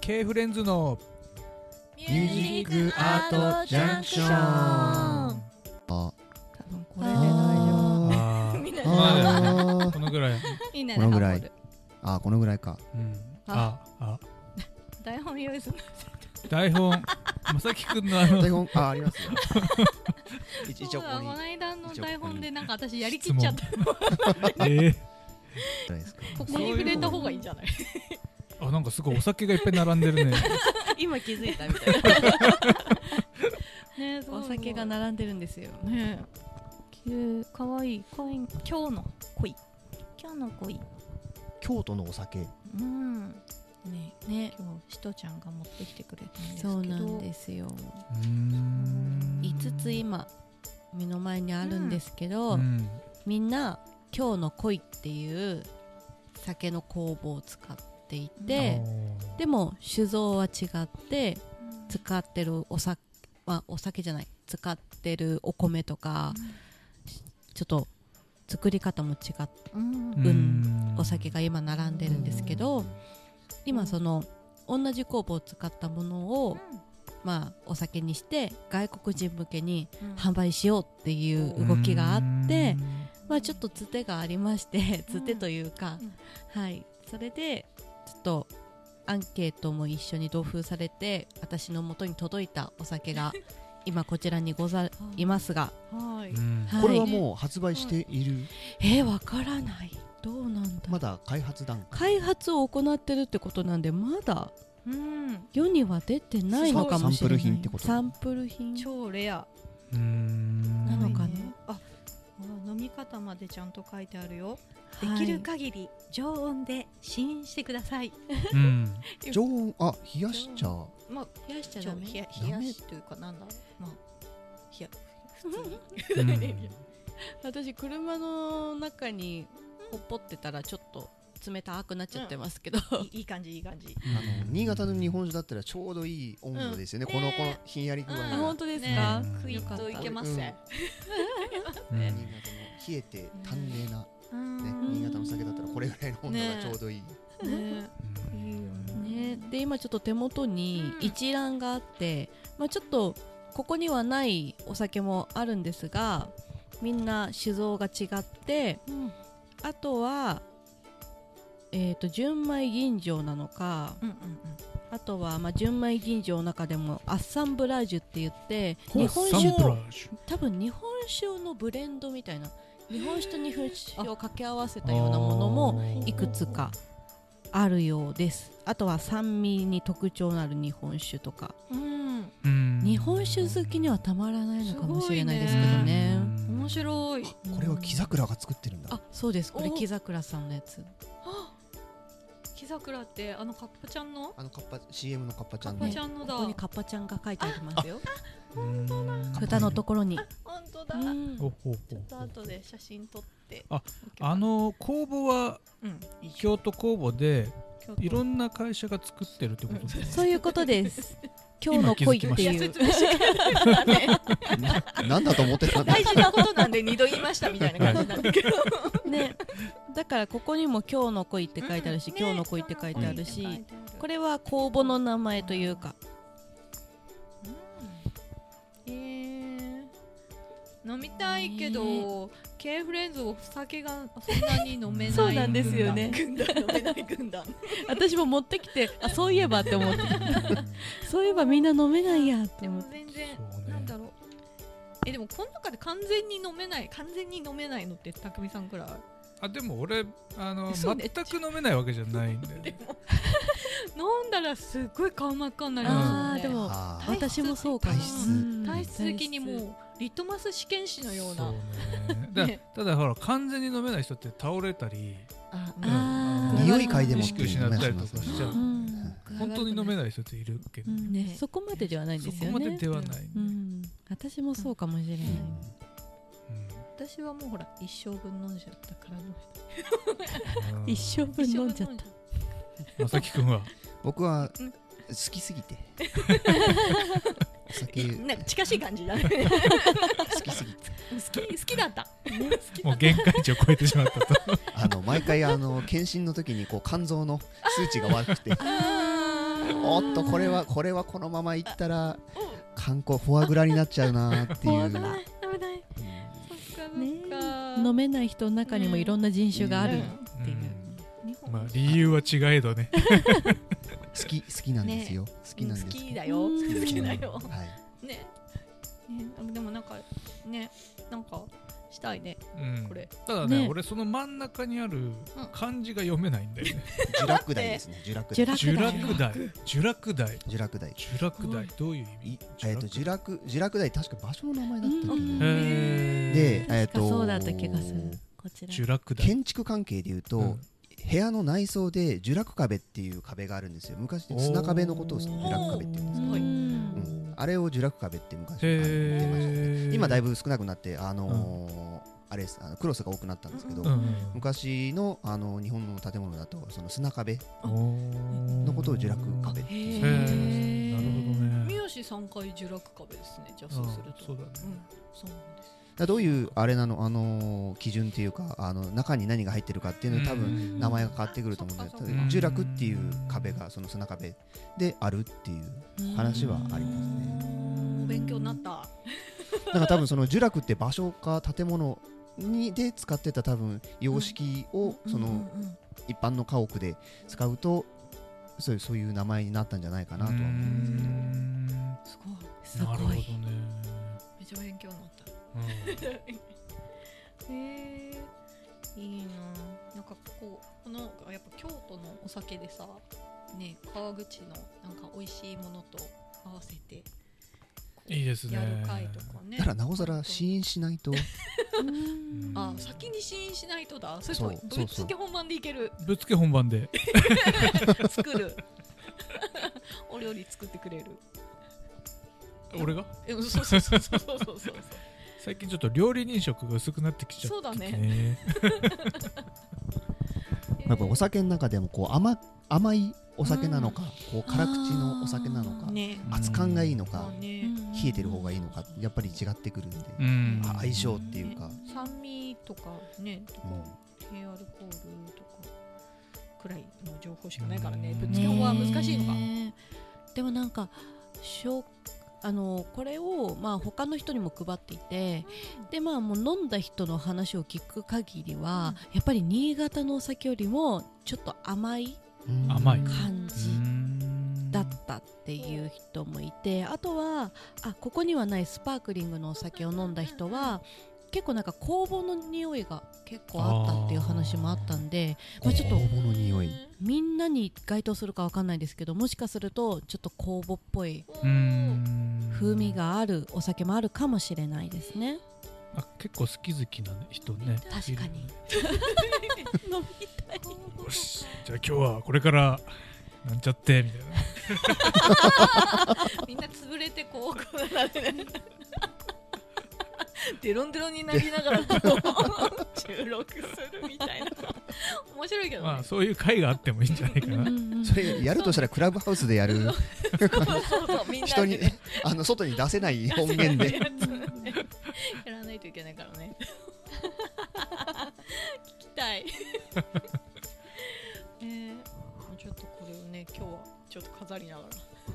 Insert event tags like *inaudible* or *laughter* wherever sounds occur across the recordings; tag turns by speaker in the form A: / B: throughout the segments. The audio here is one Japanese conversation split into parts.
A: K フレンズの
B: ミ
C: ュージックアートジャンクショ
B: ン
C: あ
D: 多分こ
B: こ
D: れ
B: れ
D: で
B: で大丈
D: 大丈
C: あ
D: *laughs*
A: あ
B: みんな
C: ー
B: で
C: あ
A: ーこのぐらい、
B: みんな
C: このぐら
B: ハモ
C: い
B: る
C: ーあーこのぐらいか
A: うん、ああ
B: 台本用意する
A: 台本まさきくんのあ
C: *laughs*
A: の
C: 台本あーありますよ一
B: そう
C: 一応こ
B: だ
C: こ
B: この
C: にじ
B: 間の
C: 一応ここに
B: 台本でなんか私やりきっちゃった
A: えー
C: ゃないですか
B: ここに触れた方がいいんじゃない
A: あなんかすごいお酒がいっぱい並んで
C: *laughs*
A: るね
D: 夫今気づいたみたいな
B: ねそう
D: お
B: そう
D: 酒が並んでるんですよ
B: ね着るかわいい恋今日の恋今日の恋
C: 京都のお酒
B: うん
D: ね
B: ね
D: 今
B: しとちゃんが持ってきてくれたんです
D: 日
B: けど
D: そうなんですよ
A: うーん
D: 5つ今目の前にあるんですけど、
A: うん
D: みんな「今日の恋」っていう酒の工房を使っていて、
A: おー
D: でも酒造は違って使ってるお酒はお酒じゃない使ってるお米とか、ちょっと作り方も違っ
B: うん
A: うーん
D: お酒が今並んでるんですけど、今その同じ酵母を使ったものを、まあ、お酒にして外国人向けに販売しようっていう動きがあって、まあ、ちょっとつてがありまして
B: うん
D: つてというか、はい、それでちょっとアンケートも一緒に同封されて私の元に届いたお酒
C: *laughs*
D: が今こちらにございますが、
B: は
A: う
B: い
A: ーんうん
D: はい、
C: これはもう発売している
D: えーわからないどうなんだ
C: まだ開発段階
D: 開発を行ってるってことなんでまだ
B: うん
D: 世には出てないのかもし
C: サンプ
D: れない
C: ル品ってこと
D: サンプル品
B: 超レア
A: うーん
D: なのかな
B: ああ飲み方までちゃんと書いてあるよで
D: はい
B: きる限り常温で試飲してください
D: *laughs*
A: うん
C: 常温あ冷やしちゃう
B: まあ
D: 冷やしちゃ
B: ちょ
D: ダ
B: っ
D: メ
B: と冷や
C: ダメ
B: 冷やしというかなんだまあ冷や普通に
A: うん
D: 私車の中にほっぽってたらちょっと冷たくなっちゃってますけど、
B: いいいい感じいい感じ
C: あの新潟の日本酒だったらちょうどいい温度ですよね、
B: うん
C: この
B: ね
C: このひんやり具合
B: う
C: が、
B: ん
D: 本当ですか、
A: ね
B: クイッといけますね
A: うん
C: 新潟の冷えて淡麗な、ね
B: うん
C: 新潟の酒だったらこれぐらいの温度がちょうどいい、
B: ね
D: ね、で今ちょっと手元に
B: うん
D: 一覧があって、まあ、ちょっとここにはないお酒もあるんですがみんな酒造が違って
B: うん
D: あとは、えー、と純米吟醸なのか
B: うんうん
D: あとはまあ純米吟醸の中でもアッサンブラージュって言って
A: ほ
D: 日
A: ら
D: 本
A: サン
D: 酒
A: プラ
D: を
A: ージュ
D: 多分日本酒のブレンドみたいな日本酒と日本酒を掛け合わせたようなものもいくつかあるようですあとは酸味に特徴のある日本酒とか
B: うんうん
A: うん
D: 日本酒好きにはたまらないのかもしれないですけどね
A: うん
B: 面白い
C: これは木桜が作ってるんだ
D: あそうですこれ
B: お
D: 木桜さんのやつ
B: 木桜ってあのカッパちゃんの
C: あのカッパ CM のカッパちゃん
B: カッ
C: の
B: パちゃんのだ
D: ここにカッパちゃんが書いてありますよ
A: 本当だ
D: 蓋のところに
B: 本当だ
D: うん
A: ほうほう
B: ちょっと
A: ほう
B: 後で写真撮って
A: ああの工房は
B: うん
A: 京都工房で
B: 京都
A: いろんな会社が作ってるってことですね
D: そういうこ
A: *laughs*
D: とです今日の恋って
B: いや
D: いう
B: 説明してくれたからね
C: ななんだと思ってたんだ
B: 大事なことなんで二度言いましたみたいな感じなんだ
D: *laughs*
B: けど
D: ねだからここにも「今日の恋」って書いてあるし「
B: ね
D: 今日の恋」って書いてあるし、
B: 今日の恋って書いてある
D: これは公募の名前というか
B: うんえー飲みたいけど、K フレンズお酒がそんなに飲めない
D: *laughs* そうなんですよね
B: 軍団軍団飲めない軍
D: *laughs*
B: 団
D: 私も持ってきてあそういえばって思ってそういえばみんな飲めないやって
B: で
D: 思
B: も
D: って
B: 全然、
A: そうね
B: なんだろうえでもこの中で完全に飲めない完全に飲めないのって匠さんくらい
A: あでも俺あの
B: そう
A: 全
B: ね
A: く飲めないわけじゃないんだよね
B: 飲んだらすっごい顔真っ赤になり
D: あ
B: ま
D: ー
B: す
D: で
B: よね
D: も
C: あー
D: 私もそうかも
C: 体質
D: うん
B: 体質的にもうリトマス試験紙のよう
A: そ
B: な
A: うねだ
B: ね
A: ただほら完全に飲めない人って倒れたり
B: あ
A: うん
D: あー
C: 匂い嗅いでも
A: 意識失ったりとかしちゃ
D: う
A: うん本当に飲めない人っているけど
D: うんね
B: ね
D: そこまでではないんで
A: そ
D: す
A: こ
D: よ
A: まで
D: ね
A: ではないね
D: うん私もそうかもしれない
A: うん
B: 私はもうほら一生分飲んじゃったから飲めた
A: うん
D: 一生分飲んじゃった
A: まさきくんは
C: 僕は
B: うん
C: 好きすぎてお酒
B: なんか近しい感じだね
C: 好きすぎて
B: 好き好きだった
A: もう限界値を超えてしまったと
C: あの毎回あの検診の時にこう肝臓の数値が悪くて
B: あ
C: おっとこれはこれはこのままいったら観光フォアグラになっちゃうなっていう、
B: 危
C: うん
B: ない危ないそっかそっか、
D: 飲めない人の中にもいろんな人種があるっていう、
B: 日本
A: まあ理由は違えどね。
C: 好き好きなんですよ、好きなんです
B: 好
C: けど
B: きだよ
D: うん
B: 好きだ
C: う
B: よ
C: んはい
B: ねねでもなんかねなんかしたいね
A: うん
B: これ
A: ただね
D: ね
A: 俺その真ん中にある漢字が読めないんだよね。
C: 呪落台ですね呪落
D: ジュ
C: 台
D: ラ
A: 呪
D: クダ
A: 落台呪落台
C: 呪落
A: 呪落
C: 台
B: う
A: 台
B: ん
A: どういう意味？
C: いえっと呪落呪落台確か場所の名前だったっけ
D: うん
C: な
A: へー
C: でえっ
D: 確か
C: と
D: そうだった気がするこちら
A: 呪落台。
C: 建築関係でいうと、
A: うん
C: 部屋の内装で呪落壁っていう壁があるんですよ昔で砂壁のことを呪落壁っていうんですけど、
B: ごい
C: うんあれを呪落壁って昔言ってましたね
A: へー
C: 今だいぶ少なくなってあのーあれですあのクロスが多くなったんですけど、
A: うん
C: 昔のあの日本の建物だとその砂壁
A: の
C: のことを呪落壁って
B: へ
A: へーなるほどね
B: 三好三回呪落壁ですねじゃあそうすると
A: そうだね
B: んそうなんです
C: だどういうあれなの、あのー基準っていうかあの中に何が入ってるかっていうので多分
A: 分
C: 名前が変わってくると思うんで
B: あそっか
A: そっか
C: 呪落っていう壁がその砂壁であるっていう話はありますね
B: お勉強になった
C: だから多分その呪落って場所か建物にで使ってた多分様式をそ
B: うん
C: の
B: うん
C: 一般の家屋で使うとそういうそういう名前になったんじゃないかなとは思う
B: すごい
D: す
A: なるほ
D: ご
A: どね
D: い
B: めちゃ勉強になった
A: うん
B: *laughs* へえいいなあなんかこうこのやっぱ京都のお酒でさね川口のなんか美味しいものと合わせてこう
A: いいですね
B: やる会とかね
C: だからなおさら試飲しないと
D: うん
B: あ先に試飲しないとだそれと
C: そう
B: ぶっつけ本番でいける
A: ぶっつけ本番で
B: 作る *laughs* お料理作ってくれる
A: 俺が
B: えそうそうそうそうそうそうそう
A: 最近ちょっと料理人食が薄くなってきちゃって
B: そうだね
C: やっぱお酒の中でもこう甘甘いお酒なのか、こう辛口のお酒なのか、
B: ね
C: 熱感がいいの
B: まあ
C: か、
B: ね、
C: 冷えてる方がいいのかやっぱり違ってくるんで、
A: うん
C: あ相性っていうか、
B: ね酸味とかねとか、
C: うん
B: 低アルコールとかくらいの情報しかないからねぶっつけ本は難しいのか、
D: ねえでもなんかしょあのこれをまあ他の人にも配っていてでまあもう飲んだ人の話を聞く限りは、やっぱり新潟のお酒よりもちょっと甘い
C: うん
A: 甘い
D: 感じ
A: うん
D: だったっていう人もいてあとはあここにはないスパークリングのお酒を飲んだ人は結構なんか酵母の匂いが結構あったっていう話もあったんでまあちょっと
C: 酵母の匂い
D: みんなに該当するかわかんないですけどもしかするとちょっと酵母っぽい
A: うん
D: 風味があるお酒もあるかもしれないですね。
A: あ結構好き好きな人ね
D: 確かに
A: いる
D: 飲みたい。
A: よしじゃあ今日はこれからなんちゃってみたいな
B: *laughs* みんな潰れてこうこうなってね *laughs* デロンデロンになりながらこう *laughs* 収録するみたいな面白い *laughs* けどね、
A: まあそういう会があってもいいんじゃないかな
C: それやるとしたらクラブハウスでやる
B: そうそうみんな
C: 人
B: で
C: に
B: ね
C: あの外に出せない音
B: *laughs*
C: 源で
B: やらないといけないからね聞きたいえー、ちょっとこれをね今日はちょっと飾りながら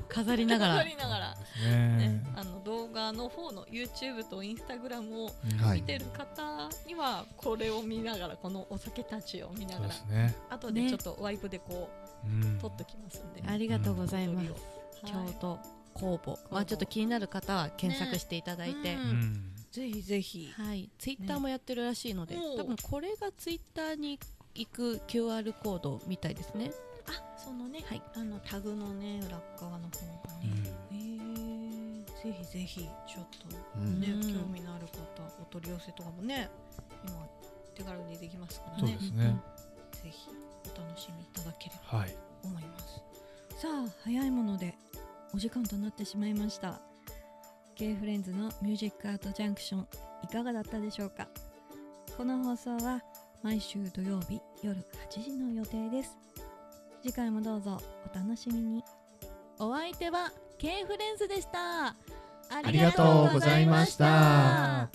D: 飾りなが
B: 飾
D: ら
B: りながら
A: ですね
B: ね、あの動画の方の YouTube と Instagram を
A: うん
C: は
B: 見
C: い
B: てる方にはこれを見ながらこのお酒たちを見な
A: そう
B: が
A: で
B: ら
A: すね
B: 後で
D: ね
B: ちょっとワイプでこ
A: うん
B: う撮っときますんで、
D: ありがとうございます。
B: はい
D: 京都酵母。まあちょっと気になる方は検索していただい
B: ね。
D: て
A: うん
B: ぜひぜひ
D: はい。ツイッターもやってるらしいので、
B: ね
D: 多分これがツイッターに行く QR コードみたいですね。
B: あそのね、
D: はい
B: あのタグのね裏っ側の方がね、えー、ぜひぜひちょっと
C: うん
B: ね、
D: うん
B: 興味のある方お取り寄せとかもね今手軽にできますから
A: そう
B: ね
A: で
B: ぜ
A: すね
B: ひお楽しみいただければ
A: はい
B: と思いますさあ早いものでお時間となってしまいました
E: K フレンズのミュージックアートジャンクションいかがだったでしょうかこの放送は毎週土曜日夜8時の予定です次回もどうぞお楽しみに
D: お相手は K フレンズでした。あ
C: りがとうございました